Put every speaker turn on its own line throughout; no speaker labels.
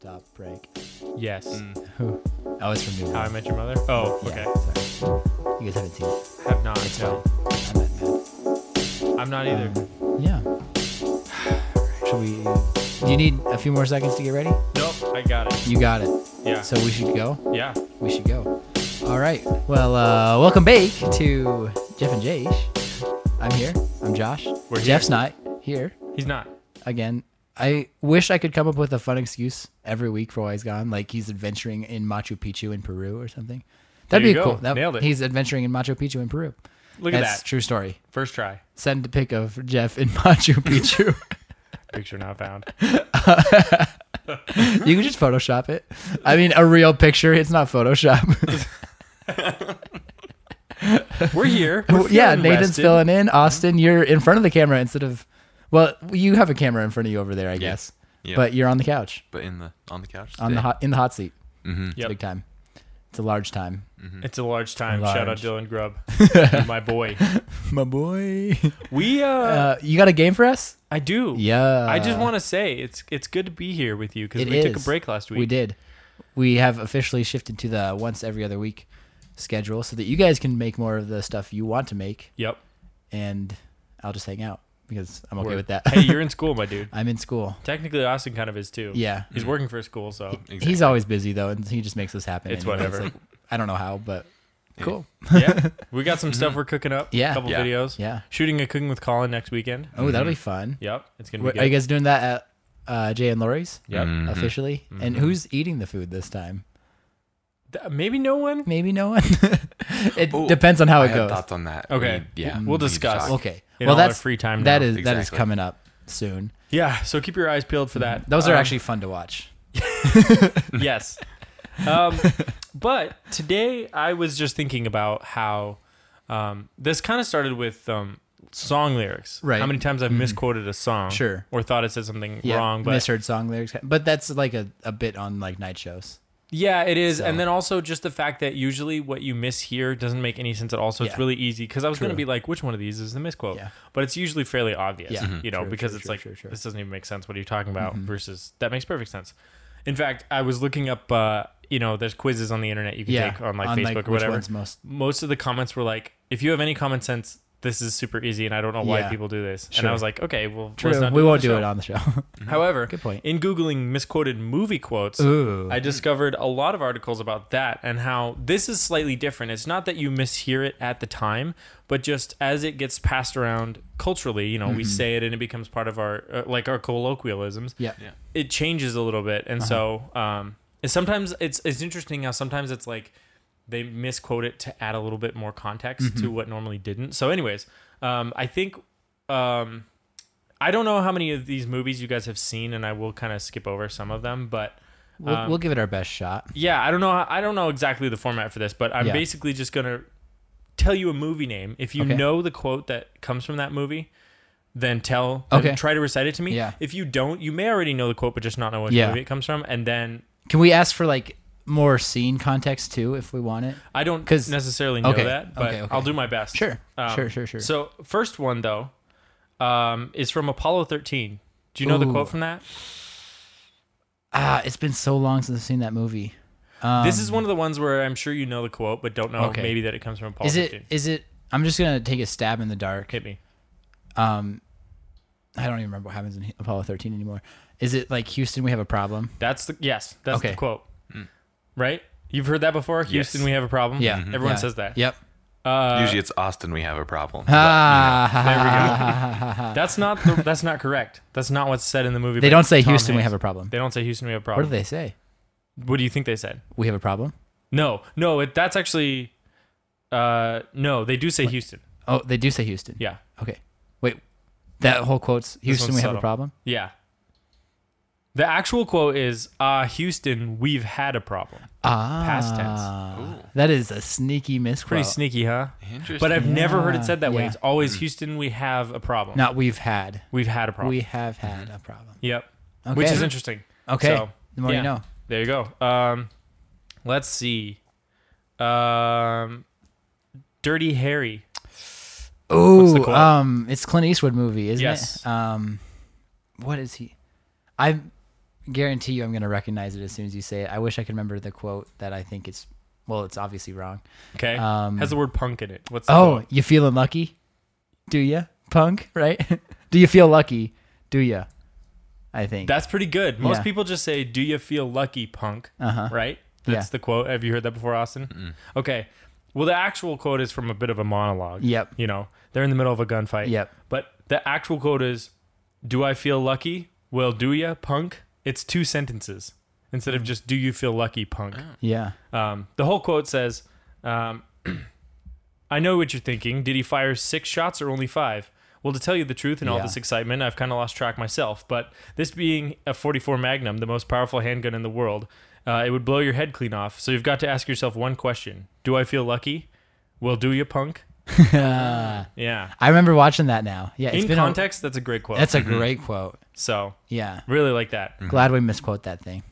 top break.
Yes.
Oh, it's from New
Mm, How I
World.
Met Your Mother. Oh, okay.
Yeah, sorry. You guys haven't seen it.
Have not. No.
I meant that.
I'm not either.
Um, Yeah. Should we? uh, Do you need a few more seconds to get ready?
nope. I got it.
You got it.
Yeah.
So we should go.
yeah.
We should go. All right. Well, uh, welcome back to Jeff and Jash. I'm here. I'm Josh.
We're here.
Jeff's not here
He's not.
again. I wish I could come up with a fun excuse every week for why he's gone. Like he's adventuring in Machu Picchu in Peru or something. That'd
There you
be
go.
cool. That-
Nailed it.
He's adventuring in Machu Picchu in Peru.
Look
That's
at that.
true story.
First try.
Send a pic of Jeff in Machu Picchu.
Picture not found.
you can just Photoshop it. I mean, a real picture. It's not Photoshop.
We're here. We're
yeah,
feeling
Nathan's
rested.
filling in. Austin, you're in front of the camera instead of. Well, you have a camera in front of you over there, I guess.
Yeah.
But you're on the couch,
But in the on the couch. Mm-hmm.
on the hot, in the hot seat. It's a
Yep.
big time. It's a large time.
It's a large time. Shout
Large.
out Dylan Grubb, my boy.
My boy.
We uh,
Uh, you got a game for us?
I do.
Yeah.
I just want to say it's it's good to be here with you because
It
we took a
is.
break last week.
We did. We have officially shifted to the once every other week schedule so that you guys can make more of the stuff you want to make,
Yep.
and I'll just hang out because I'm okay
Word.
with that.
hey, you're in school, my dude.
I'm in school.
Technically, Austin kind of is too.
Yeah.
He's working for school, so
He's always busy though, and he just makes this happen.
It's
anyway.
whatever.
like, I don't know how, but cool.
yeah. We got some stuff we're cooking up.
Mm-hmm. Yeah.
A couple
Yeah.
videos.
Yeah.
Shooting a cooking with Colin next weekend.
Oh, that'll be fun.
Yep. It's gonna be
Wait,
good.
Are you guys doing that at uh, Jay and Lori's
Yep.
Mm. Mm-hmm.
officially? And
Mm-hmm.
who's eating the food this time?
Th- Maybe no one.
Maybe no one. it
Ooh,
depends on how
I
it
had
goes.
thoughts on that.
Okay.
We- yeah.
We'll
we need to
discuss.
talk.
Okay.
In
well,
all our
that's
free time
That
now.
is that is
Exactly.
coming up soon.
Yeah. So keep your eyes peeled for that.
Those are
Um,
actually fun to watch.
yes. Um, but today I was just thinking about how um, this kind of started with um, song lyrics.
Right. Mm.
How many times I've misquoted a song.
Sure.
Or thought it said something
Yeah,
wrong. But
misheard song lyrics, but that's like a, a bit on like night shows.
yeah, it is.
So-
And then also just the fact that usually what you mishear doesn't make any sense at all. So
Yeah.
it's really easy because I was going to
True.
be like, which one of these is the misquote?
Yeah.
But it's usually fairly obvious,
Yeah. Mhm.
you know,
True,
because
true,
it's
true,
like,
true, Mm-hmm. true.
this doesn't even make sense. What are you talking about? Versus that makes perfect sense. In fact, I was looking up, uh, you know, there's quizzes on the internet you can
Yeah,
take on like
on,
Facebook
like, which
or whatever.
one's most-
most of the comments were like, if you have any common sense, this is super easy, and I don't know why
Yeah.
people do this. And
Sure.
I was like, okay, well,
True.
let's not
we
it
won't do
on
it
the
on the show.
show. However,
Good point.
In googling misquoted movie quotes,
Ooh.
I discovered a lot of articles about that and how this is slightly different. It's not that you mishear it at the time, but just as it gets passed around culturally, you know,
Mm-hmm.
we say it and it becomes part of our uh, like our colloquialisms
yeah. Uh-huh.
Yeah.
it changes a little bit, and so um, it's sometimes it's it's interesting how sometimes it's like they misquote it to add a little bit more context
Mm-hmm.
to what normally didn't. So, anyways, um, I think um, I don't know how many of these movies you guys have seen, and I will kind of skip over some of them, but.
We'll,
um,
we'll give it our best shot.
yeah, I don't know. I don't know exactly the format for this, but I'm
Yeah.
basically just gonna tell you a movie name. If you
Okay.
know the quote that comes from that movie, then tell. then
Okay.
Try to recite it to me.
Yeah.
If you don't, you may already know the quote, but just not know which
Yeah.
movie it comes from, and then
Can we ask for like more scene context too, if we want it?
I don't
'Cause-
necessarily know
okay,
that, but
okay, okay.
I'll do my best.
Sure, sure, sure, sure.
Um, So first one though, um, is from Apollo 13. Do you know the
Ooh.
quote from that?
Ah, it's been so long since I've seen that movie. Um,
this is one of the ones where I'm sure you know the quote, but don't know
Okay.
maybe that it comes from Apollo
Is it?
13.
Is it? I'm just gonna take a stab in the dark.
Hit me.
Um, I don't even remember what happens in Apollo 13 anymore. Is it like Houston? We have a problem.
That's the yes. That's
Okay.
the quote. Right? You've heard that before. Houston, we have a problem.
Yeah,
everyone
Mm-hmm. yeah.
says that.
Yep.
Usually it's Austin. We have a problem.
Ah, ha, ha,
There we
ha.
go. that's not the, that's not correct. That's not what's said in the movie.
they
by
don't say
Tom
Houston. We
Hanks.
have a problem.
They don't say Houston. We have a
What
problem.
do they say?
What do you think they said?
We have a problem.
No, no. It, that's actually. Uh, no, they do say Houston.
Oh, they do say Houston.
Yeah,
Okay. Wait, that whole quote's Houston.
one's
We have a
subtle.
problem.
yeah. The actual quote is, "Ah, Houston, we've had a problem."
Ah,
Past tense.
That is a sneaky misquote.
Pretty sneaky, huh?
Interesting.
But I've never heard
Yeah,
it said that way.
yeah.
It's always Houston, we have a problem.
Not we've had.
we've had a problem.
We have had a problem.
Yep. Which
Okay.
is interesting.
Okay.
So,
the more
yeah.
you know.
There you go. Um, let's see. Um, Dirty Harry. the
Ooh,
quote?
um, it's Clint Eastwood movie, isn't
Yes.
it? Um, what is he? I guarantee you I'm going to recognize it as soon as you say it. I wish I could remember the quote that I think it's, well, it's obviously wrong.
Okay.
Um,
Has the word punk in it. What's the
Oh,
quote?
you feeling lucky? Do you? Punk, right? Do you feel lucky? Do you? I think.
That's pretty good. Most
Yeah.
people just say, "Do you feel lucky, punk?"
Uh-huh.
Right? That's
Yeah.
the quote. Have you heard that before, Austin? Okay. Well, the actual quote is from a bit of a monologue.
Yep.
You know, they're in the middle of a gunfight.
Yep.
But the actual quote is, "Do I feel lucky? Well, do ya, punk?" It's two sentences instead of just "Do you feel lucky, punk?"
Yeah.
Um, the whole quote says, um, I know what you're thinking. Did he fire six shots or only five? Well, to tell you the truth, in all
Yeah.
this excitement, I've kind of lost track myself. But this being a 44 Magnum, the most powerful handgun in the world, uh, it would blow your head clean off. So you've got to ask yourself one question: Do I feel lucky? Well, do you, punk? Yeah.
I remember watching that now. Yeah. it's
in
been a-
context, mm-hmm. that's a great quote.
that's a great quote.
so
Yeah.
really like that.
Glad we misquote that thing.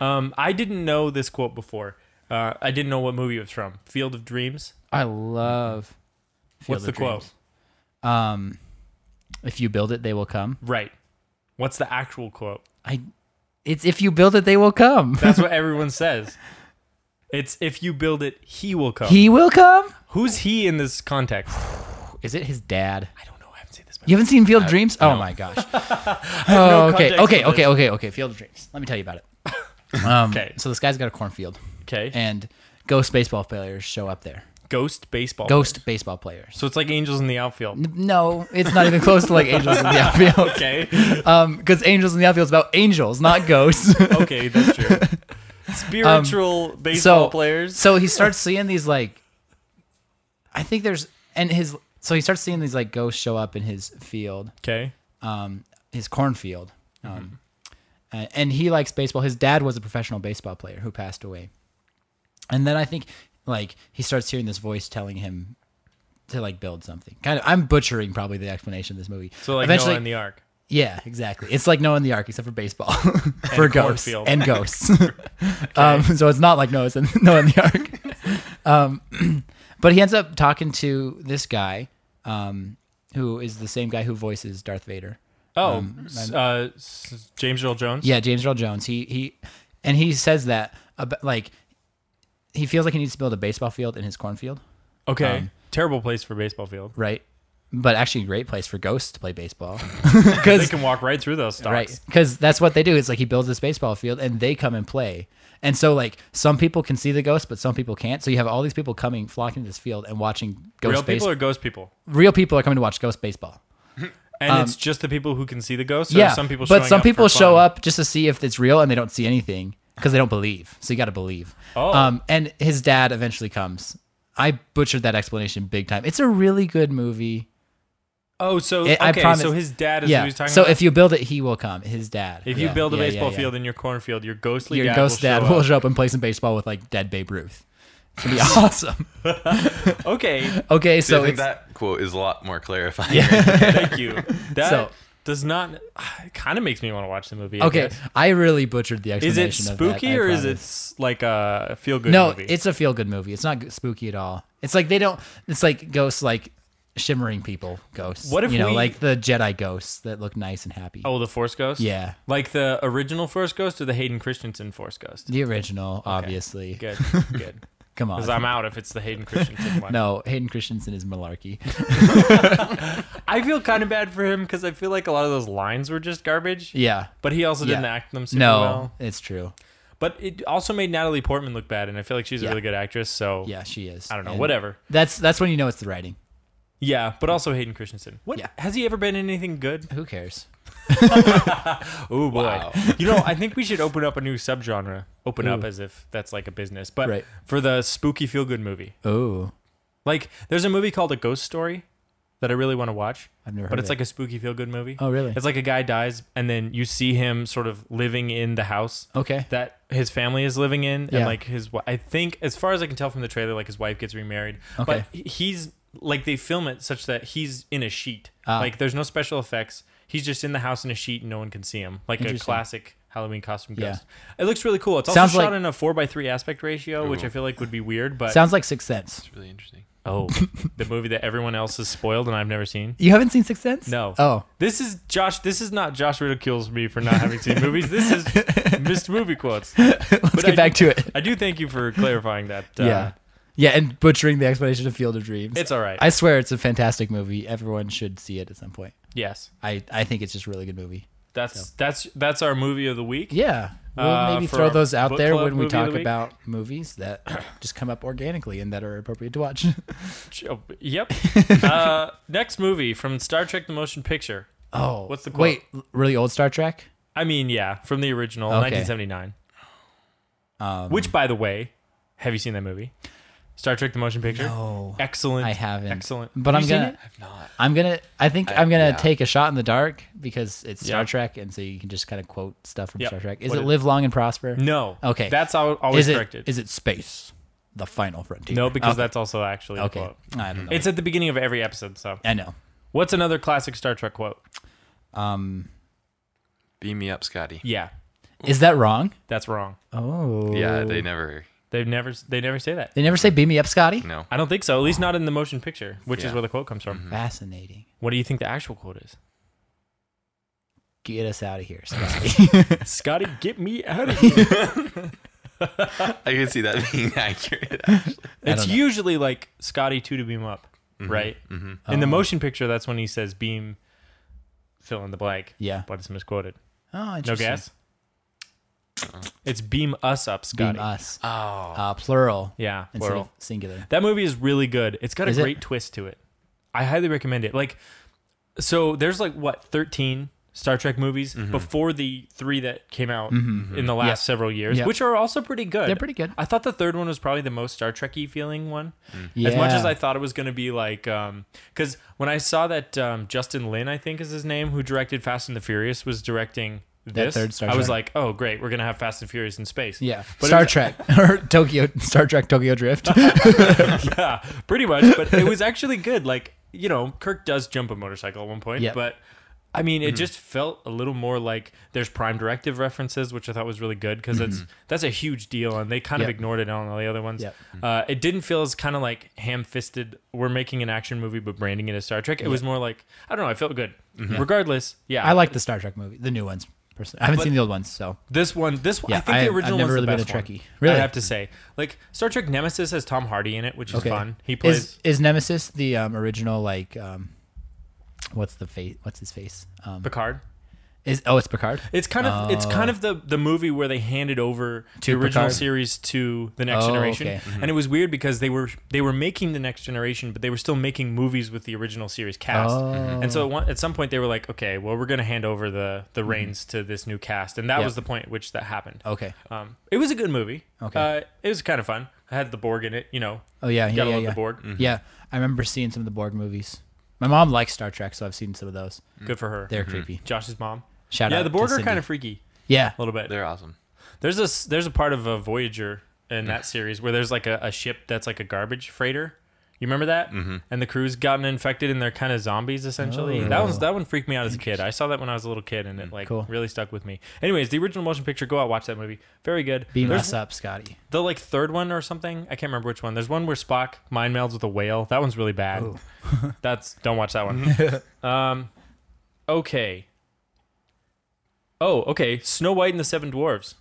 Um, I didn't know this quote before. Uh, I didn't know what movie it was from. Field of Dreams.
I love.
What's the quote?
quote? Um, if you build it, they will come.
Right. What's the actual quote?
I. It's if you build it, they will come.
That's what everyone says. It's if you build it, he will come.
He will come.
Who's he in this context?
Is it his dad?
I don't know. I haven't seen this.
You haven't seen Field of Dreams? Oh my gosh.
no
oh, okay,
context
okay,
for
okay, okay, okay. Field of Dreams. Let me tell you about it. Um,
Okay.
So this guy's got a cornfield,
Okay.
and ghost baseball players show up there.
Ghost baseball.
Ghost baseball players.
So it's like angels in the outfield.
N- No, it's not even close to like Angels in the Outfield.
Okay.
because Angels in the Outfield is about angels, not ghosts.
Okay, that's true. Spiritual baseball
Um, so-
players.
so he starts seeing these like i think there's and his so he starts seeing these like ghosts show up in his field
okay.
um his cornfield
Mm-hmm.
um a- and he likes baseball his dad was a professional baseball player who passed away and then i think like he starts hearing this voice telling him to like build something kind of i'm butchering probably the explanation of this movie
So like
eventually
Noah in the Ark.
yeah, exactly. It's like Noah in the Ark, except for baseball, for ghosts
cornfield.
and ghosts. um, so it's not like Noah in, Noah in the Ark. um, but he ends up talking to this guy, um, who is the same guy who voices Darth Vader.
Oh, s- uh, s- James Earl Jones.
Um, Yeah, James Earl Jones. He he, and he says that about, like he feels like he needs to build a baseball field in his cornfield,
Okay.
Um,
Terrible place for baseball field.
right? But actually, a great place for ghosts to play baseball.
They can walk right through those stocks.
Right. Because that's what they do. It's like he builds this baseball field and they come and play. And so, like, some people can see the ghost, but some people can't. So you have all these people coming, flocking to this field and watching ghost
Real people
baseball.
or ghost people?
Real people are coming to watch ghost baseball.
And it's just the people who can see the ghosts. Or
Um, yeah.
some people.
but
showing
some
up for
people show
fun?
up just to see if it's real and they don't see anything because they don't believe. So you got to believe.
Oh.
Um, and his dad eventually comes. I butchered that explanation big time. It's a really good movie.
Oh, so
It- I
okay.
promise-
So his dad is
yeah.
who he's talking
so
about.
if you build it, he will come. His dad.
If
Yeah.
you build a
Yeah, yeah,
baseball
yeah.
field in your cornfield, your ghostly
your
dad
ghost
will
dad
show
will show up and play some baseball with like dead Babe Ruth. It's gonna be awesome.
up. Okay,
Okay,
So
so
I think
it's
that quote is a lot more clarifying.
thank you. That
So-
does not. It kind of makes me want to watch the movie. I
okay.
guess.
I really butchered the
Is
explanation.
it spooky
of that, I
or is it
promise.
s- like a feel good
No,
movie?
it's a feel good movie. It's not g- spooky at all. It's like they don't. It's like ghosts, like shimmering people, ghosts.
What if
you know,
we-
like the Jedi ghosts that look nice and happy?
oh, the Force Ghost.
Yeah.
like the original Force Ghost or the Hayden Christensen Force Ghost.
the original, obviously.
Good, good.
Come
Because
on.
I'm out if it's the Hayden Christensen one.
no, Hayden Christensen is malarkey.
I feel kind of bad for him because I feel like a lot of those lines were just garbage.
Yeah.
But he also didn't
Yeah.
act them super
No,
well.
it's true.
But it also made Natalie Portman look bad, and I feel like she's a
Yeah.
really good actress. So
Yeah, she is.
I don't know,
And
whatever.
That's that's when you know it's the writing.
Yeah, but also Hayden Christensen. What
Yeah.
has he ever been in anything good?
Who cares?
Oh boy!
Wow.
you know, I think we should open up a new subgenre. Open up
Ooh.
as if that's like a business, but
Right.
for the spooky feel good movie.
Oh,
Like, there's a movie called A Ghost Story that I really want to watch.
I've never.
But
heard
it's
of
like a spooky feel good movie.
Oh, really?
It's like a guy dies and then you see him sort of living in the house
it. okay.
that his family is living in and
Yeah.
like his wi- I think as far as I can tell from the trailer like his wife gets remarried
Okay.
but he- he's like they film it such that he's in a sheet
Ah.
like there's no special effects he's just in the house in a sheet and no one can see him like a
Interesting.
classic Halloween costume
Yeah.
ghost it looks really cool it's also
Sounds
shot
like-
in a 4 by 3 aspect ratio which I feel like would be weird but
Sounds like Sixth Sense.
It's really interesting.
Oh, the movie that everyone else has spoiled and I've never seen.
You haven't seen Sixth Sense?
No.
Oh,
This is Josh. This is not Josh ridicules me for not having seen movies. This is missed movie quotes.
let's
But
get
I
back to it.
I do thank you for clarifying that. Uh,
yeah, yeah, and butchering the explanation of Field of Dreams.
it's all right.
I swear it's a fantastic movie. Everyone should see it at some point.
yes,
I, I think it's just a really good movie.
that's that's that's our movie of the week.
Yeah. We'll
Uh,
maybe
for
throw
our
those out
book
there
club
when we
movie of the
talk
week?
about movies that just come up organically and that are appropriate to watch.
Oh, Yep. uh, next movie from Star Trek: The Motion Picture.
oh,
What's the quote?
wait? l- Really old Star Trek?
I mean, yeah, from the original,
Okay.
1979.
Um,
Which, by the way, have you seen that movie? Star Trek: The Motion Picture.
No,
Excellent.
I haven't.
Excellent.
But I'm
Have you seen
gonna,
it?
I've not.
I'm gonna, I think
I-
I, am gonna
yeah.
take a shot in the dark because it's Star
Yeah.
Trek, and so you can just kind of quote stuff from
Yep.
Star Trek. Is
What
it
is-
live long and prosper?
No.
Okay.
That's al- always
is it,
corrected.
Is it space? The final frontier.
no, because
okay.
that's also actually a
okay.
quote.
I don't know.
It's at the beginning of every episode. So,
I know.
what's another classic Star Trek quote?
Um,
Beam me up, Scotty.
Yeah,
is that wrong?
that's wrong.
Oh,
Yeah, they never.
They've never they never say that.
They never say "beam me up, Scotty."
No.
I don't think so. At least not in the motion picture, which is
Yeah.
where the quote comes from.
Mm-hmm.
Mm-hmm.
Fascinating.
What do you think the actual quote is?
Get us out of here, Scotty.
Scotty, get me out of here.
I can see that being accurate. Actually.
it's
don't know.
usually like Scotty two to beam up, right?
Mm-hmm.
In the
Oh.
motion picture, that's when he says beam, fill in the blank,
yeah.
but it's misquoted.
Oh,
No
interesting.
guess. It's beam us up, Scotty.
Beam us.
Oh.
Uh, plural.
Yeah,
Instead
plural.
of singular.
That movie is really good. It's got a
Is it?
great twist to it. I highly recommend it. Like, so there's like what 13 Star Trek movies
Mm-hmm.
before the three that came out in the last
Yep.
several years,
Yep.
which are also pretty good.
mm-hmm. They're pretty good. Mm.
I thought the third one was probably the most Star Trekky feeling one.
Yeah.
As much as I thought it was going to be like, because when I saw that um, Justin Lin, I think is his name, who directed Fast and the Furious, was directing this,
third Star
I was
Trek.
like, oh great, we're gonna have Fast and Furious in space.
Yeah.
But it
Star
was-
Trek or Tokyo Star Trek Tokyo Drift.
yeah, pretty much. But it was actually good. Like you know, Kirk does jump a motorcycle at one point,
Yep.
but I mean, it just felt a little more like there's Prime Directive references, which I thought was really good because that's that's a huge deal, and they kind of
Yep.
ignored it on all the other ones.
Yep.
Uh, it didn't feel as kind of like ham-fisted. We're making an action movie, but branding it as Star Trek. It was more like I don't know. I felt good. Regardless, yeah,
I like the Star Trek movie, the new ones. Personally, I haven't
But-
seen the old ones, so
this one. This one, I
Yeah,
think
I-
the
I've
original
never
one's
really
the
been a
best one,
Trekkie. Really?
I have to say, like Star Trek Nemesis has Tom Hardy in it, which is
okay.
fun. He plays.
is, is Nemesis the um, original like um, what's the face? What's his face? Um,
Picard,
is oh, it's Picard.
It's kind of it's kind of the the movie where they handed over the original
Oh. Picard?
series to the next
Oh,
generation,
okay.
and it was weird because they were they were making the next generation, but they were still making movies with the original series cast.
Oh.
And so at, one, at some point they were like, okay, well we're gonna hand over the the reins to this new cast, and that
Mm-hmm. Yeah.
was the point at which that happened.
Okay.
Um, it was a good movie.
Okay.
uh, it was kind of fun. I had the Borg in it, you know.
Oh yeah,
You
yeah,
gotta
yeah.
love
yeah.
the Borg. Mm-hmm.
Yeah, I remember seeing some of the Borg movies. My mom likes Star Trek, so I've seen some of those.
Good for her.
They're creepy.
Josh's mom.
Mm-hmm. Shout out.
Mm-hmm. yeah, the Borg
to
are
Cindy.
kind of freaky
yeah.
a little bit.
They're awesome.
There's a s- there's a part of a Voyager in that series where there's like a, a ship that's like a garbage freighter. You remember that? Mm-hmm. And the crew's gotten infected and they're kind of zombies essentially.
Oh. Mm,
That one's that one freaked me out as a kid. I saw that when I was a little kid and it like
Cool.
really stuck with me. Anyways, the original motion picture. Go out watch that movie. Very good.
Beam
there's
us up, Scotty.
the like third one or something. I can't remember which one. There's one where Spock mind melds with a whale. That one's really bad.
Oh.
That's don't watch that one. um, okay. Oh, okay. Snow White and the Seven Dwarves.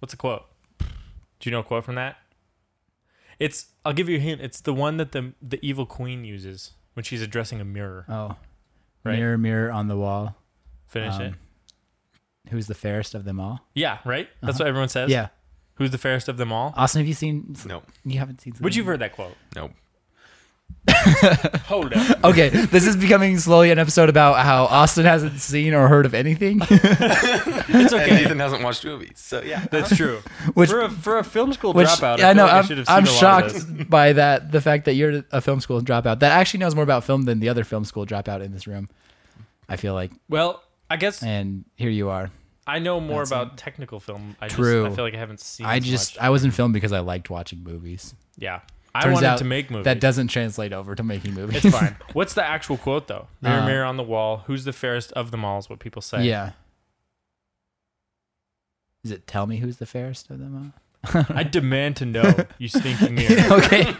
What's a quote? Do you know a quote from that? It's. I'll give you a hint. It's the one that the the evil queen uses when she's addressing a mirror.
Oh,
Right.
mirror, mirror on the wall.
Finish
um,
it.
Who's the fairest of them all?
Yeah. Right. That's what everyone says.
uh-huh. Yeah. Uh,
Who's the fairest of them all?
Austin, have you seen?
Nope.
You haven't seen.
Would you've heard that quote?
Nope.
Hold up.
Okay, this is becoming slowly an episode about how Austin hasn't seen or heard of anything.
It's
And
okay.
Ethan hasn't watched movies, so yeah.
That's true.
Which-
for a for a film school
Which
dropout,
I know,
feel like
I'm,
should have seen
I'm
a lot of this.
shocked by that. The fact that you're a film school dropout that actually knows more about film than the other film school dropout in this room. I feel like,
Well, I guess
and here you are.
I know more
that's
about technical film. I
True.
Just, I feel like I haven't seen.
I
as
just
much.
I was in film because I liked watching movies.
yeah. I
Turns
wanted
out
to make movies.
That doesn't translate over to making movies.
It's fine. What's the actual quote though? Mirror,
Uh,
mirror on the wall. Who's the fairest of them all? Is what people say.
Yeah. Is it tell me who's the fairest of them all?
I demand to know, you stinking mirror.
okay,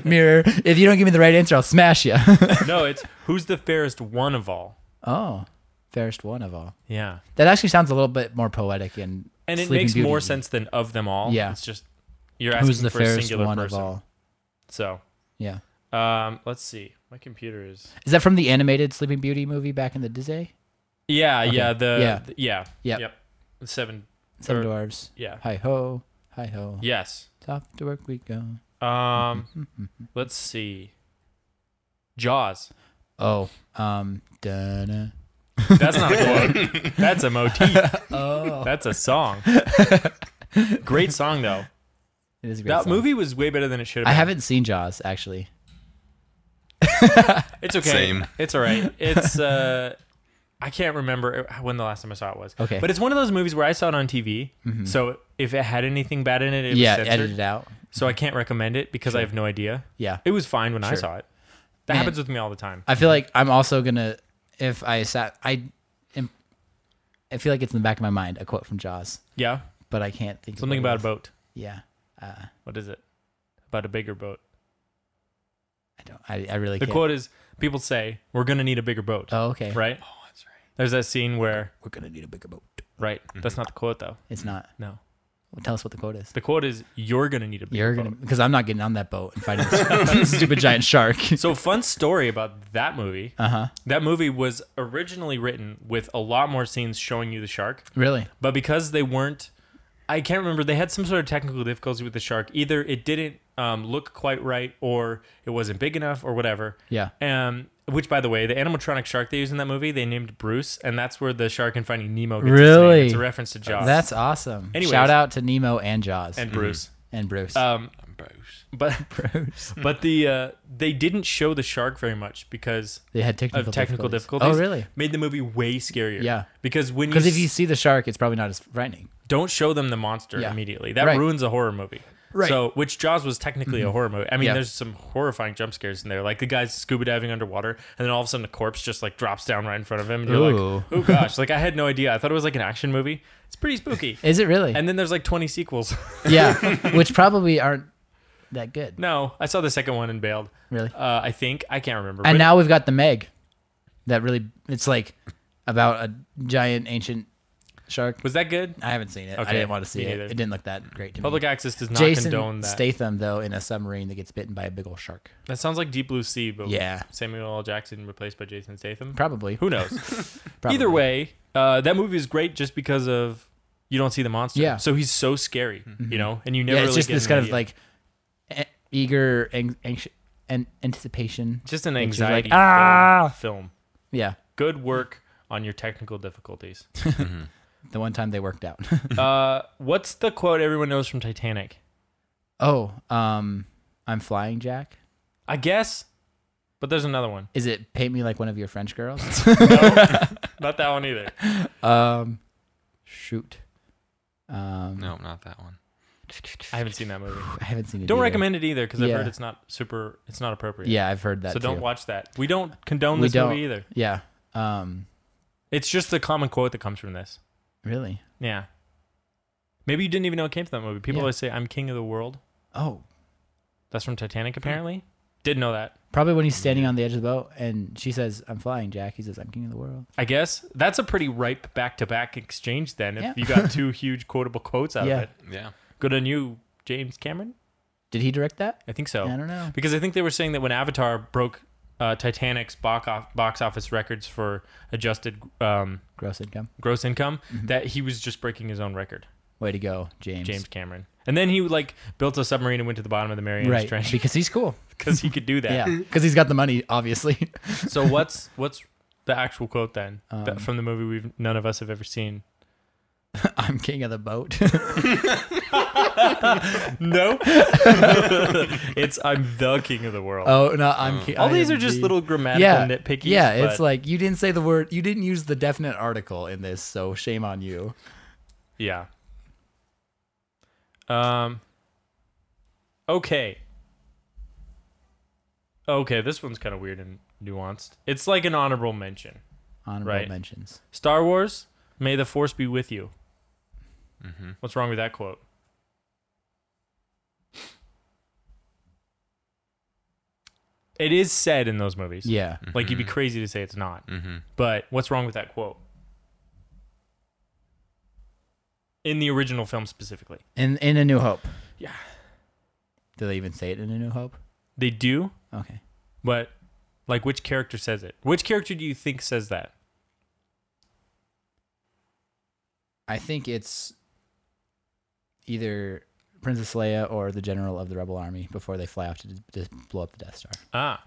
mirror. If you don't give me the right answer, I'll smash you.
No, it's who's the fairest one of all.
oh, fairest one of all.
Yeah,
That actually sounds a little bit more poetic and
and it
Sleeping
makes
Beauty.
more sense than of them all.
Yeah.
it's just you're asking
Who's the
for a
fairest
singular
one
person.
of all?
So,
Yeah.
um, let's see. My computer is.
Is that from the animated Sleeping Beauty movie back in the day?
Yeah,
Okay.
yeah, the
Yeah.
yeah, yeah,
Yep.
yep. Seven,
Some
Or-
dwarves.
yeah,
Hi ho, hi ho.
yes.
Top to work we go.
Um, let's see. Jaws.
Oh, um, da
That's not a quote. That's a motif.
Oh,
That's a song. Great song though.
it is a great
That
song.
movie was way better than it should have.
I
been.
haven't seen Jaws actually.
It's okay.
Same.
It's all right. It's uh, I can't remember when the last time I saw it was.
Okay. Mm-hmm. Hmm.
But it's one of those movies where I saw it on TV. So if it had anything bad in it, it
yeah,
was censored.
edited out.
So I can't recommend it because I have no idea.
Yeah.
It was fine when I
Sure.
saw it. That
Man.
happens with me all the time.
I feel like I'm also gonna if I sat I am I feel like it's in the back of my mind a quote from Jaws,
Yeah.
but I can't think of
Something
what it
about a
is.
boat.
Yeah. Uh,
What is it? About a bigger boat.
I don't I, I really
The
can't.
quote is people say, We're gonna need a bigger boat.
Oh, okay.
Right?
Oh, that's right.
There's that scene where
We're gonna need a bigger boat.
right,
Mm-hmm.
that's not the quote though.
It's not.
No.
Well, tell us what the quote is.
The quote is you're gonna need a bigger
You're
boat.
gonna because I'm not getting on that boat and fighting this stupid giant shark.
So fun story about that movie.
Uh huh.
That movie was originally written with a lot more scenes showing you the shark,
Really?
but because they weren't, I can't remember. They had some sort of technical difficulty with the shark. Either it didn't um, look quite right, or it wasn't big enough, or whatever.
Yeah.
Um, which, by the way, the animatronic shark they used in that movie, they named Bruce, and that's where the shark in Finding Nemo. Gets Its
Really?
name. It's a reference to Jaws.
That's Mm. awesome.
Anyways.
Shout out to Nemo and Jaws
and
and,
Bruce.
Bruce.
Um,
I'm Bruce.
but
Bruce.
but the uh, they didn't show the shark very much because
They had technical
of technical difficulties.
difficulties. Oh, really?
Made the movie way scarier.
Yeah.
Because when you,
Because if you
s-
see the shark, it's probably not as frightening.
don't show them the monster
Yeah.
immediately, that
Right.
ruins a horror movie.
Right. Mm-hmm.
So, which Jaws was technically a horror movie. I mean,
Yeah.
there's some horrifying jump scares in there, like the guy's scuba diving underwater, and then all of a sudden the corpse just like drops down right in front of him, and you're
Ooh.
like, "Oh gosh!" like I had no idea. I thought it was like an action movie. It's pretty spooky.
Is it really?
and then there's like 20 sequels.
yeah, which probably aren't that good,
no, I saw the second one and bailed.
really.
Uh, I think I can't remember.
And
but-
now we've got the Meg, that really it's like about a giant ancient shark.
was that good?
I haven't seen it. I
Okay,
didn't want to see
me
it.
neither.
It didn't look that great to me.
Public access does not condone
Jason
that.
Statham though in a submarine that gets bitten by a big old shark.
That sounds like Deep Blue Sea, but
Yeah.
Samuel L. Jackson replaced by Jason Statham.
Probably.
Who knows?
Probably.
Either way, uh, that movie is great just because of you don't see the monster.
Yeah.
So he's so scary, you know, and you never
yeah, it's
really
just
get
this
an
kind of
idea.
like e- eager ang- anxious and anticipation.
just an
It's just like,
anxiety
"Ah!"
film, film.
Yeah,
Good work on your technical difficulties.
the one time they worked out.
uh, what's the quote everyone knows from Titanic?
oh, um, I'm flying, Jack.
I guess, but there's another one.
Is it paint me like one of your French girls?
Not that one either.
Um, shoot. Um,
No, not that one.
I haven't seen that movie.
I haven't seen it.
Don't
either.
recommend it either because I've
Yeah.
heard it's not super. It's not appropriate.
Yeah, I've heard that.
So don't
too.
watch that. We don't condone
We
this
don't.
movie either.
Yeah. Um,
It's just the common quote that comes from this.
really?
Yeah. Maybe you didn't even know it came from that movie. People
Yeah.
always say, I'm king of the world.
Oh,
That's from
Hmm.
Titanic, apparently. Didn't know that.
probably when he's standing on the edge of the boat and she says, "I'm flying, Jack." He says, "I'm king of the world."
I guess that's a pretty ripe back to back exchange then if
Yeah.
you got two huge quotable quotes out
Yeah.
of it.
Yeah.
Good on you, James Cameron.
Did he direct that?
I think so.
I don't know.
Because I think they were saying that when Avatar broke uh, Titanic's box, off- box office records for adjusted um,
Gross income.
gross income, that he was just breaking his own record,
Way to go, Mm-hmm. James.
James Cameron. And then he like built a submarine and went to the bottom of the Mariana
Right,
Trench
because he's cool.
because he could do that.
Yeah, because he's got the money, obviously.
So what's what's the actual quote then
Um,
that from the movie we've none of us have ever seen?
I'm king of the boat.
No, it's I'm the king of the world.
oh no, I'm. Ki-
All
I
these
am
are just
the-
little grammatical
Yeah,
nitpicky.
yeah. It's like you didn't say the word. You didn't use the definite article in this, so shame on you.
yeah. Um. Okay. Okay, this one's kind of weird and nuanced. It's like an honorable mention.
Honorable
Right.
mentions.
Star Wars, may the force be with you.
Mm-hmm.
What's wrong with that quote? It is said in those movies.
Yeah.
Like you'd be crazy to say it's not. But what's wrong with that quote? In the original film specifically.
In in A New Hope.
Yeah.
Do they even say it in A New Hope?
They do,
Okay.
but like which character says it? Which character do you think says that?
I think it's either Princess Leia or the general of the rebel army before they fly off to, to blow up the Death Star.
Ah.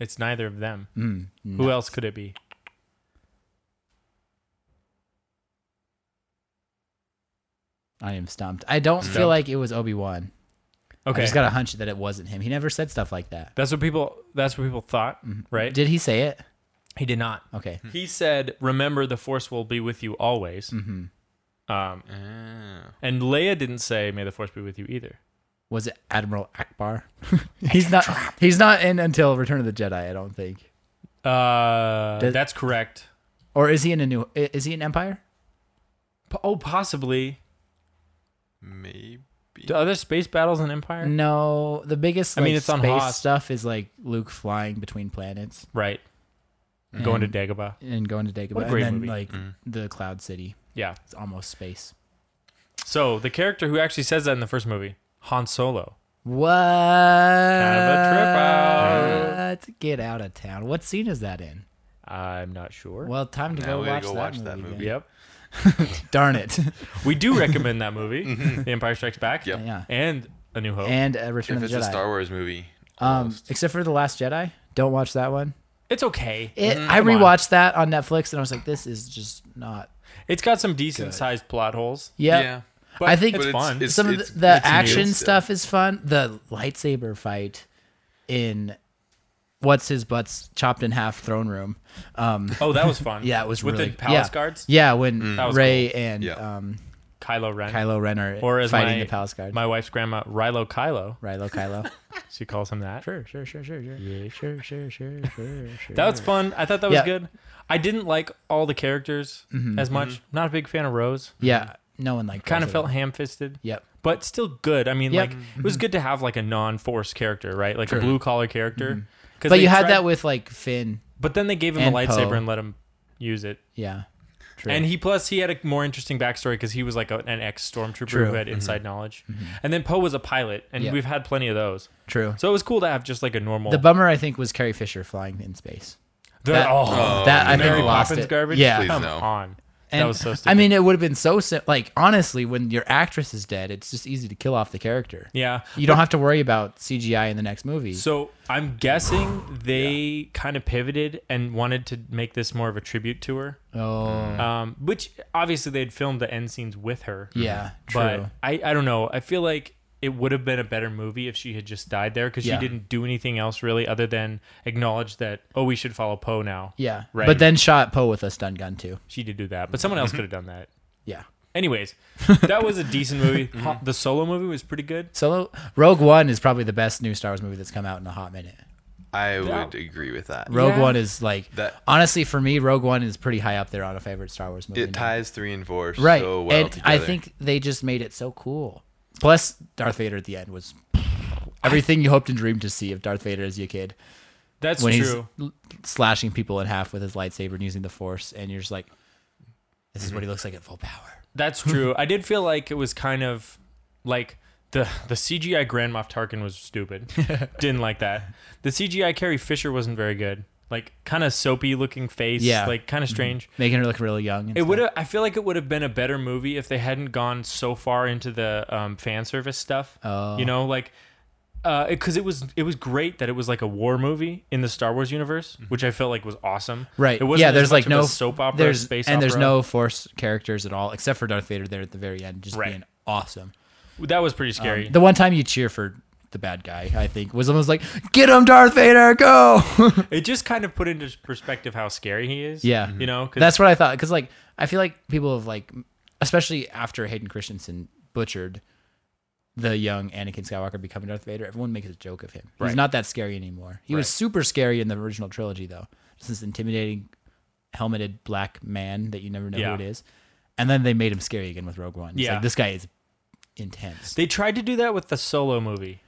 It's neither of them.
Mm, no.
Who else could it be?
I am stumped. I don't
Stumped.
feel like it was Obi Wan. I
Okay.
just got a hunch that it wasn't him. He never said stuff like that. Mm-hmm.
that's what people that's what people thought, right?
Did he say it?
he did not.
Okay.
He said, "Remember the force will be with you always."
Mm-hmm.
Um
Oh.
and Leia didn't say, "May the force be with you" either.
Was it Admiral Akbar? he's not. He's not in until Return of the Jedi. I don't think.
Uh
Does-
that's correct.
Or is he in a new? i- Is he in Empire?
P- oh, possibly.
Maybe.
Do other space battles in Empire?
No. The biggest. I mean, it's
on
space
Hoth.
stuff is like Luke flying between planets
Right. Going to
And-
Dagobah.
and going to Dagobah,
What a great
and then
movie. Mm.
like
Mm.
the Cloud City.
Yeah.
It's almost space.
So the character who actually says that in the first movie, Han Solo.
What?
a
Get out of town. What scene is that in?
I'm not sure.
Well, time to
Now
go
we gotta
watch,
go
that, movie
watch that
then.
movie.
Yep.
Darn it.
We do recommend that movie, The Empire Strikes Back.
Yep.
yeah.
And A New Hope.
And uh, Return of
If it's
the
a
Jedi.
Star Wars movie,
um, except for The Last Jedi. Don't watch that one.
it's okay.
It,
Mm-hmm.
I
come on.
rewatched that on Netflix and I was like, this is just not.
It's got some decent sized plot holes.
Yep.
yeah.
But
I think
But
it's
it's-
fun.
it's-
some of the, the
it's new
action
still.
stuff is fun. The lightsaber fight in what's his butt's chopped in half throne room. Um,
oh, that was fun.
yeah, it was
with
really
the palace
yeah.
guards.
Yeah, when
That was
Ray and
Yeah.
um,
Kylo Ren,
Kylo Ren are
or as
fighting
my,
the palace guard.
my wife's grandma, Rilo Kylo.
Rilo Kylo.
She calls him that.
sure, sure, sure, sure, sure,
Yeah.
sure, sure, sure, sure, sure.
That was fun. I thought that was
Yeah. Mm-hmm.
good. I didn't like all the characters as much. Not a big fan of Rose.
yeah. No one like
Kind of felt
Rosalind.
ham fisted,
Yep.
but still good. I mean,
Yep. Mm-hmm.
like it was good to have like a non force character, right? Like a blue collar character. 'Cause
Mm-hmm. But
they
you had
tried-
that with like Finn.
But then they gave him
and
a lightsaber
Poe.
and let him use it.
Yeah. True.
And he plus he had a more interesting backstory because he was like a, an ex stormtrooper
True. Mm-hmm.
who had inside knowledge, and then Poe was a pilot, and
Yeah.
we've had plenty of those.
True.
So it was cool to have just like a normal.
The bummer I think was Carrie Fisher flying in space.
the-
that-
oh,
that I
Mary
think lost
Poppins
it.
garbage.
Yeah.
Please
come
no.
on.
And,
that was so stupid.
I mean, it would have been so sim- like honestly, when your actress is dead, it's just easy to kill off the character.
yeah.
You don't have to worry about CGI in the next movie.
So I'm guessing they kind of pivoted and wanted to make this more of a tribute to her,
oh,
um, which obviously they'd filmed the end scenes with her.
yeah, true.
But I, I don't know. I feel like it would have been a better movie if she had just died there because
Yeah.
she didn't do anything else really other than acknowledge that, oh, we should follow Poe now.
yeah,
Right.
but then shot Poe with a stun gun too.
She did do that, but someone else could have done that.
Yeah.
Anyways, that was a decent movie.
Mhm.
Ha- The solo movie was pretty good.
Solo Rogue One is probably the best new Star Wars movie that's come out in a hot minute.
I would agree with that.
Rogue
Yeah.
One is like
That-
honestly for me, Rogue One is pretty high up there on a favorite Star Wars movie.
It
now.
ties three and four
right,
so well
and
together.
I think they just made it so cool. Plus, Darth Vader at the end was everything you hoped and dreamed to see of Darth Vader as your kid,
That's
When he's-
true.
slashing people in half with his lightsaber and using the Force, and you're just like, this is what he looks like at full power.
That's true. I did feel like it was kind of like the the CGI Grand Moff Tarkin was stupid. Didn't like that. The CGI Carrie Fisher wasn't very good. Like kind of soapy looking face.
Yeah. Mm-hmm.
Like kind of strange.
Making her look really young. And
It
stuff.
would have. I feel like it would have been a better movie if they hadn't gone so far into the um, fan service stuff.
Oh.
You know, like because it was it was great that it was like a war movie in the Star Wars universe, which I felt like was awesome.
Mm-hmm. Right.
It wasn't
yeah.
as
There's
much
like
of
no
a soap opera,
There's
space
and there's
opera.
no force characters at all, except for Darth Vader there at the very end, just
Right.
being awesome.
That was pretty scary.
The one time you cheer for the bad guy, I think, was almost like, "Get him, Darth Vader, go!"
it just kind of put into perspective how scary he is.
yeah,
You know, 'cause-
that's what I thought. Because like, I feel like people have like, especially after Hayden Christensen butchered the young Anakin Skywalker becoming Darth Vader, everyone makes a joke of him. He's
Right.
not that scary anymore. He
Right.
was super scary in the original trilogy, though. Just this intimidating, helmeted black man that you never know
Yeah.
who it is. And then they made him scary again with Rogue One. It's
Yeah.
like, this guy is intense.
They tried to do that with the solo movie.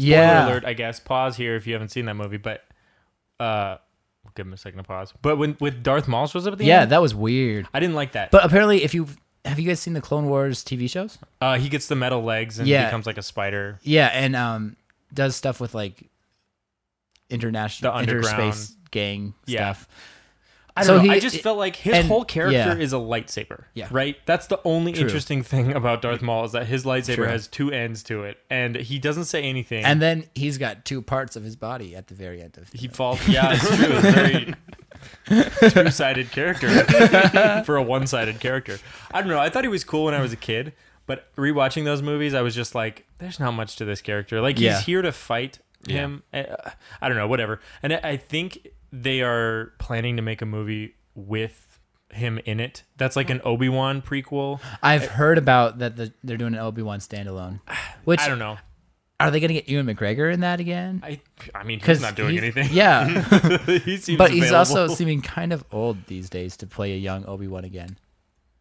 Spoiler
yeah.
alert, I guess. Pause here if you haven't seen that movie, but uh give him a second to pause. But when with Darth Maul shows up at the
Yeah,
end,
that was weird.
I didn't like that.
But apparently, if you have you guys seen the Clone Wars TV shows?
uh he gets the metal legs and
Yeah.
becomes like a spider.
Yeah, and um, does stuff with like international
The underground.
interspace gang
Yeah.
stuff.
I don't
So
know.
he-
I just
it-
felt like his
and-
whole character
yeah.
is a lightsaber.
Yeah.
Right? That's the only
True.
interesting thing about Darth Maul is that his lightsaber
True.
has two ends to it and he doesn't say anything.
And then he's got two parts of his body at the very end of.
he falls yeah, it's true. It's very two sided character for a one sided character. I don't know. I thought he was cool when I was a kid, but rewatching those movies, I was just like, there's not much to this character. Like
Yeah.
he's here to fight him. Uh, I don't know, whatever. And I, I think they are planning to make a movie with him in it. That's like an Obi Wan prequel.
I've heard about that the, they're doing an Obi Wan standalone. Which
I don't know.
are they going to get Ewan McGregor in that again?
I I mean, he's not doing
he's-
anything.
Yeah,
he seems
but he's also
available.
seeming kind of old these days to play a young Obi Wan again.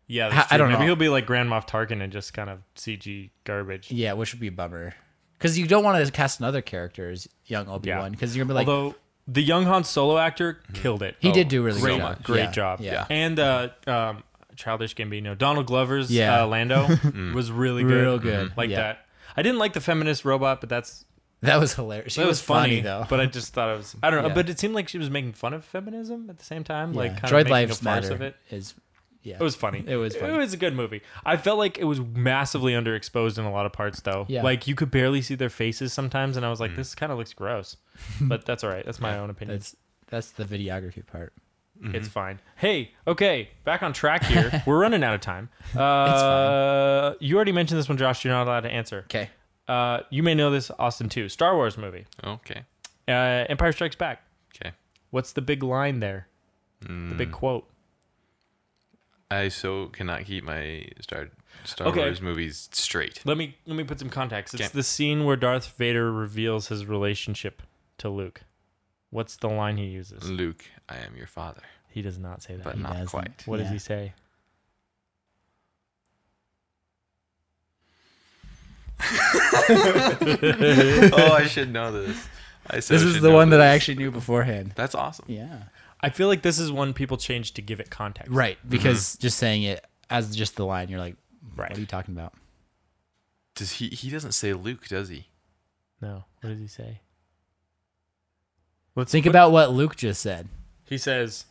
yeah.
I- I
That's true.
don't
Maybe
know.
he'll be like Grand Moff Tarkin and just kind of CG garbage.
Yeah, which would be a bummer because you don't want to cast another character as young Obi Wan because you're gonna be like, Mm-hmm.
Although the young Han Solo actor killed it.
He
Oh,
did do a really
great,
good job.
Great
Yeah,
job.
yeah.
And uh, um, Childish Gambino, Donald Glover's
Yeah. Mm.
uh, Lando was really good. Mm-hmm.
Real good,
Like
yeah.
that. I didn't like the feminist robot, but that's
that was hilarious. She
that
was, funny, though.
But I just thought it was I don't know.
Yeah.
But it seemed like she was making fun of feminism at the same time, like
Yeah.
kind
droid
of making a
lives
farce
matter
of it.
is yeah
It was funny.
It was funny.
It was a good movie. I felt like it was massively underexposed in a lot of parts, though.
Yeah.
Like you could barely see their faces sometimes, and I was like, "This kind of looks gross," but that's all right. That's my own opinion.
that's that's the videography part.
It's fine. Hey, okay, back on track here. We're running out of time. Uh, You already mentioned this one, Josh. You're not allowed to answer.
Okay,
Uh, you may know this, Austin, too. Star Wars movie,
Okay.
uh, Empire Strikes Back.
Okay.
What's the big line there? The big quote.
Mm. I so cannot keep my Star Star
Okay.
Wars movies straight.
Let me let me put some context. It's
Okay.
the scene where Darth Vader reveals his relationship to Luke. What's the line he uses?
Luke, I am your father,
He does not say that.
Mm. but
He
not
doesn't.
quite.
what does
Yeah.
he say?
oh, I should know this. I so
this is
should
the
know
one that I
this.
actually knew beforehand.
That's awesome.
Yeah,
I feel like this is one people change to give it context.
right. Because just saying it as just the line, you're like, what
Right.
are you talking about?
Does he? He doesn't say Luke, does he?
No. What does he say? Let's
Think
put-
about what Luke just said.
He says,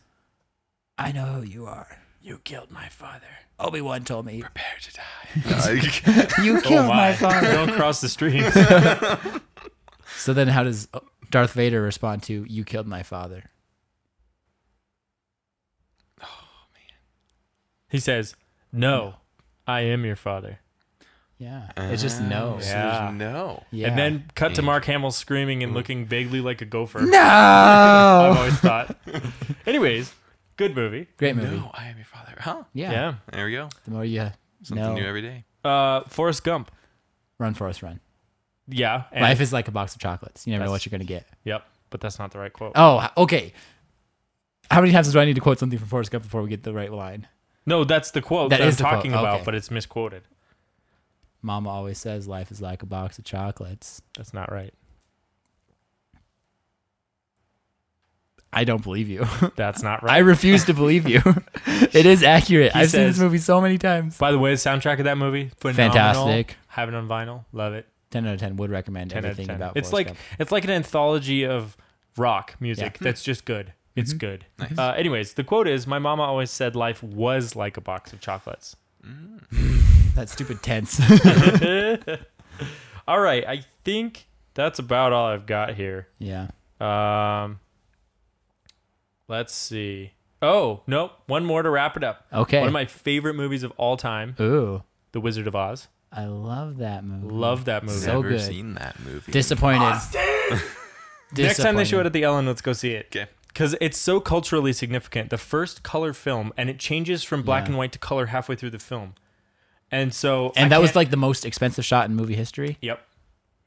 I know who you are.
"You killed my father."
Obi Wan told me
Prepare to die. No,
you
Oh
killed my father.
Don't cross the streets.
So then, how does oh, Darth Vader respond to "You killed my father"?
he says, "No, I am your father."
Yeah, it's just no.
So
Ah, Yeah.
there's no.
Yeah.
And then cut to Mark Hamill screaming and looking vaguely like a gopher. I've
no,
always thought. Anyways, good movie.
great movie.
No, I am your father. Huh?
Yeah.
Yeah.
There we go.
the more you
Something
know,
new every day.
Uh, Forrest Gump.
run for us, run.
Yeah. and-
Life is like a box of chocolates. You never know
That's-
what you're gonna get.
Yep. But that's not the right quote.
Oh, okay. How many times do I need to quote something from Forrest Gump before we get the right line?
no, that's the quote
That
that,
is the
I'm
quote,
talking about,
okay.
but it's misquoted.
Mama always says life is like a box of chocolates.
That's not right.
I don't believe you.
That's not
I
right.
refuse to believe you. it is accurate.
He
I've seen this
says-
movie so many times.
By the way, the soundtrack of that movie, phenomenal.
Fantastic.
Have it on vinyl. Love it.
Ten out of ten would recommend
10 out of
everything
10.
about.
it's
Forrest
like
Gump.
it's like an anthology of rock music
Yeah. Mm-hmm.
that's just good it's good
Nice.
uh, anyways the quote is my mama always said life was like a box of chocolates
Mm.
that stupid tense.
all right i think that's about all i've got here
yeah.
um let's see oh nope one more to wrap it up
Okay.
one of my favorite movies of all time
Ooh,
the wizard of oz
I love that movie.
love that movie
So
Never
good.
seen that movie.
Disappointed.
next time they show it
Disappointed.
at the ellen let's go see it
okay.
because it's so culturally significant. The first color film, and it changes from black
Yeah.
and white to color halfway through the film, and so
and
I
that was
can't-
like the most expensive shot in movie history.
yep,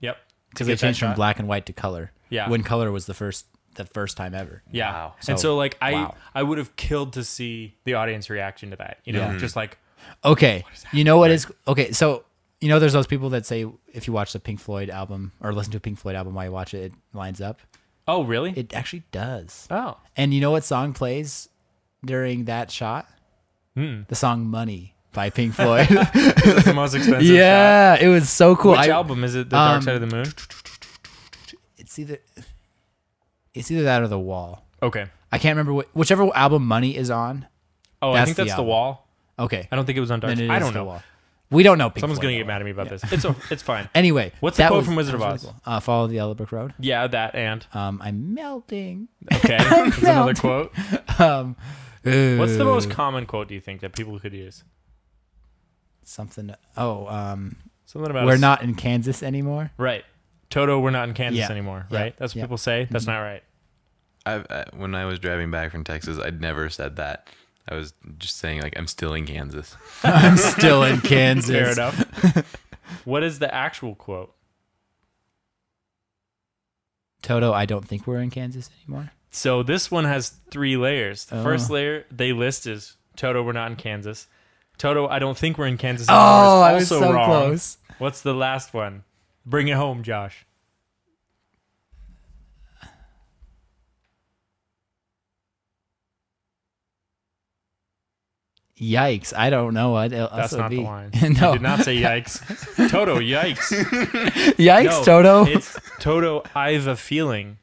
yep,
because
To
they
get that
changed from
shot.
black and white to color.
Yeah.
when color was the first the first time ever.
yeah.
Wow.
And so like I
wow.
I would have killed to see the audience reaction to that. You know,
Yeah.
just like
Okay, you know what is okay? So you know, there's those people that say if you watch the Pink Floyd album or listen to a Pink Floyd album while you watch it, it lines up.
Oh, really?
It actually does.
oh.
And you know what song plays during that shot?
Hmm.
The song "Money" by Pink Floyd.
That's the most expensive. shot.
yeah, it was so cool.
Which
I-
album is it? The Dark
um,
Side of the Moon.
It's either it's either that or the Wall.
Okay.
I can't remember what, whichever album "Money" is on.
Oh, I
That's
think
the
that's the,
album.
Wall.
Okay,
I don't think it was on Dark.
then
Side.
it
I
is
don't
The
know.
Wall. We don't know. Pink
Someone's
Floid
gonna get
though.
mad at me about this. It's o- it's fine.
Anyway,
What's the
that
quote
was-
from Wizard
that
of
was
Oz?
really cool. Uh, Follow the yellow brick road.
Yeah, that and
Um, I'm melting.
okay. That's
No.
another quote.
Um,
What's the most
ooh,
common quote do you think that people could use?
something? Oh, um,
Something about
we're
us-
not in Kansas anymore.
right. Toto, we're not in Kansas
Yeah.
anymore,
Yeah.
right? That's what
Yeah. Mm-hmm.
people say. That's not right.
I've, I, when I was driving back from Texas, I'd never said that. I was just saying like I'm still in Kansas.
I'm still in Kansas.
Fair enough. what is the actual quote?
Toto, I don't think we're in Kansas anymore.
So this one has three layers. The first
Oh.
layer they list is Toto, we're not in Kansas. Toto, I don't think we're in Kansas. anymore is
Oh, I was
also
so
wrong.
close.
What's the last one? Bring it home, Josh.
Yikes! I don't know what it
That's
also
not
be.
the line.
no,
You did not say yikes. Toto, yikes.
Yikes,
No,
Toto.
It's Toto, I've a feeling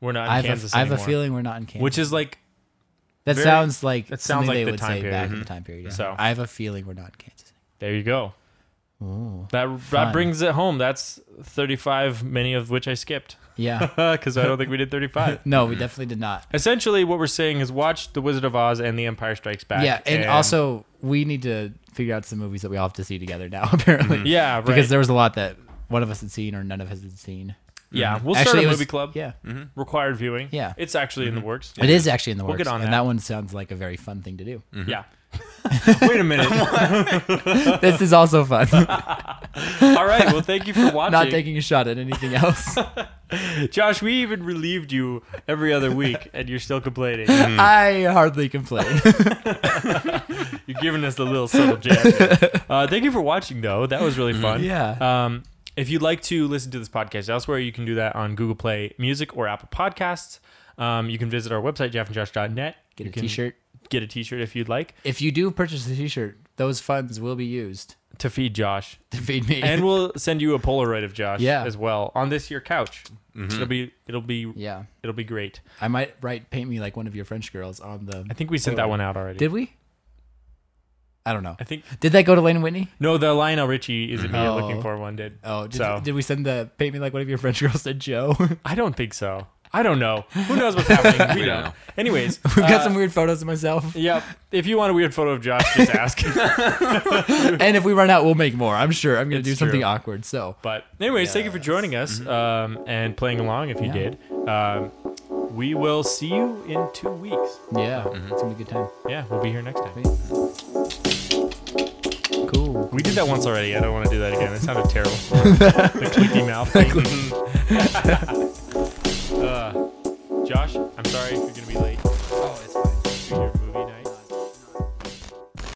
we're not in
I have,
Kansas
a, I have a
anymore.
feeling we're not in Kansas.
Which is like
that
very-
sounds like
that sounds
something
like
they
the
would
time
say
period.
back in the time period. yeah.
So-
I have a feeling we're not in Kansas.
there you go.
Ooh,
That
Fun.
that brings it home. That's 35 many of which I skipped
yeah.
cuz I don't think we did 35.
No, we definitely did not.
Essentially what we're saying is watch The Wizard of Oz and The Empire Strikes Back.
Yeah, and, also we need to figure out some movies that we all have to see together now, apparently,
Mm-hmm. Yeah, right.
because there was a lot that one of us had seen or none of us had seen. Mm-hmm.
yeah, we'll
Actually,
start a
it was-
movie club.
Yeah,
Required viewing.
Yeah. Mm-hmm.
It's actually in the works.
it is actually in the works,
We'll get on
and
that.
that one sounds like a very fun thing to do.
Yeah. Mm-hmm. Wait a minute.
this is also fun.
All right. Well, thank you for watching.
not taking a shot at anything else.
Josh, we even relieved you every other week, and you're still complaining.
I hardly complain.
You're giving us the little subtle jab. Uh, thank you for watching, though. That was really
Mm-hmm.
fun.
yeah.
Um, if you'd like to listen to this podcast elsewhere, you can do that on Google Play Music or Apple Podcasts. Um, you can visit our website, jeffandjosh.net.
Get
You
a
can
t-shirt.
Get a t-shirt if you'd like
If you do purchase a t-shirt, those funds will be used
to feed Josh.
to feed me.
And we'll send you a Polaroid of Josh
Yeah.
as well on this here couch.
Mm-hmm.
Mm-hmm.
It'll be it'll be
yeah,
it'll be great.
I might write paint me like one of your French girls on the.
I think we sent that one out already.
Did we? I don't know.
I think
Did that go to Lane Whitney?
No, the Lionel Richie
Mm-hmm.
is it me you're looking
Oh.
for one did.
Oh, did,
So.
did we send the paint me like one of your French girls to Joe? We've
I don't think so. I don't know. Who knows what's happening? We
We don't
don't.
know.
Anyways,
got
uh,
some weird photos of myself,
Yep. If you want a weird photo of Josh, just ask.
and if we run out, we'll make more. I'm sure. I'm gonna
It's
do something
true.
awkward. So
but anyways, thank you for joining us um, and playing along. If you
Yeah.
did, um, we will see you in two weeks.
yeah, Mm-hmm. it's gonna be a good time.
Yeah, we'll be here next time.
Cool.
We did that once already. I don't want to do that again. It sounded terrible. the clicky mouth thing. uh, Josh, I'm sorry if you're gonna be late.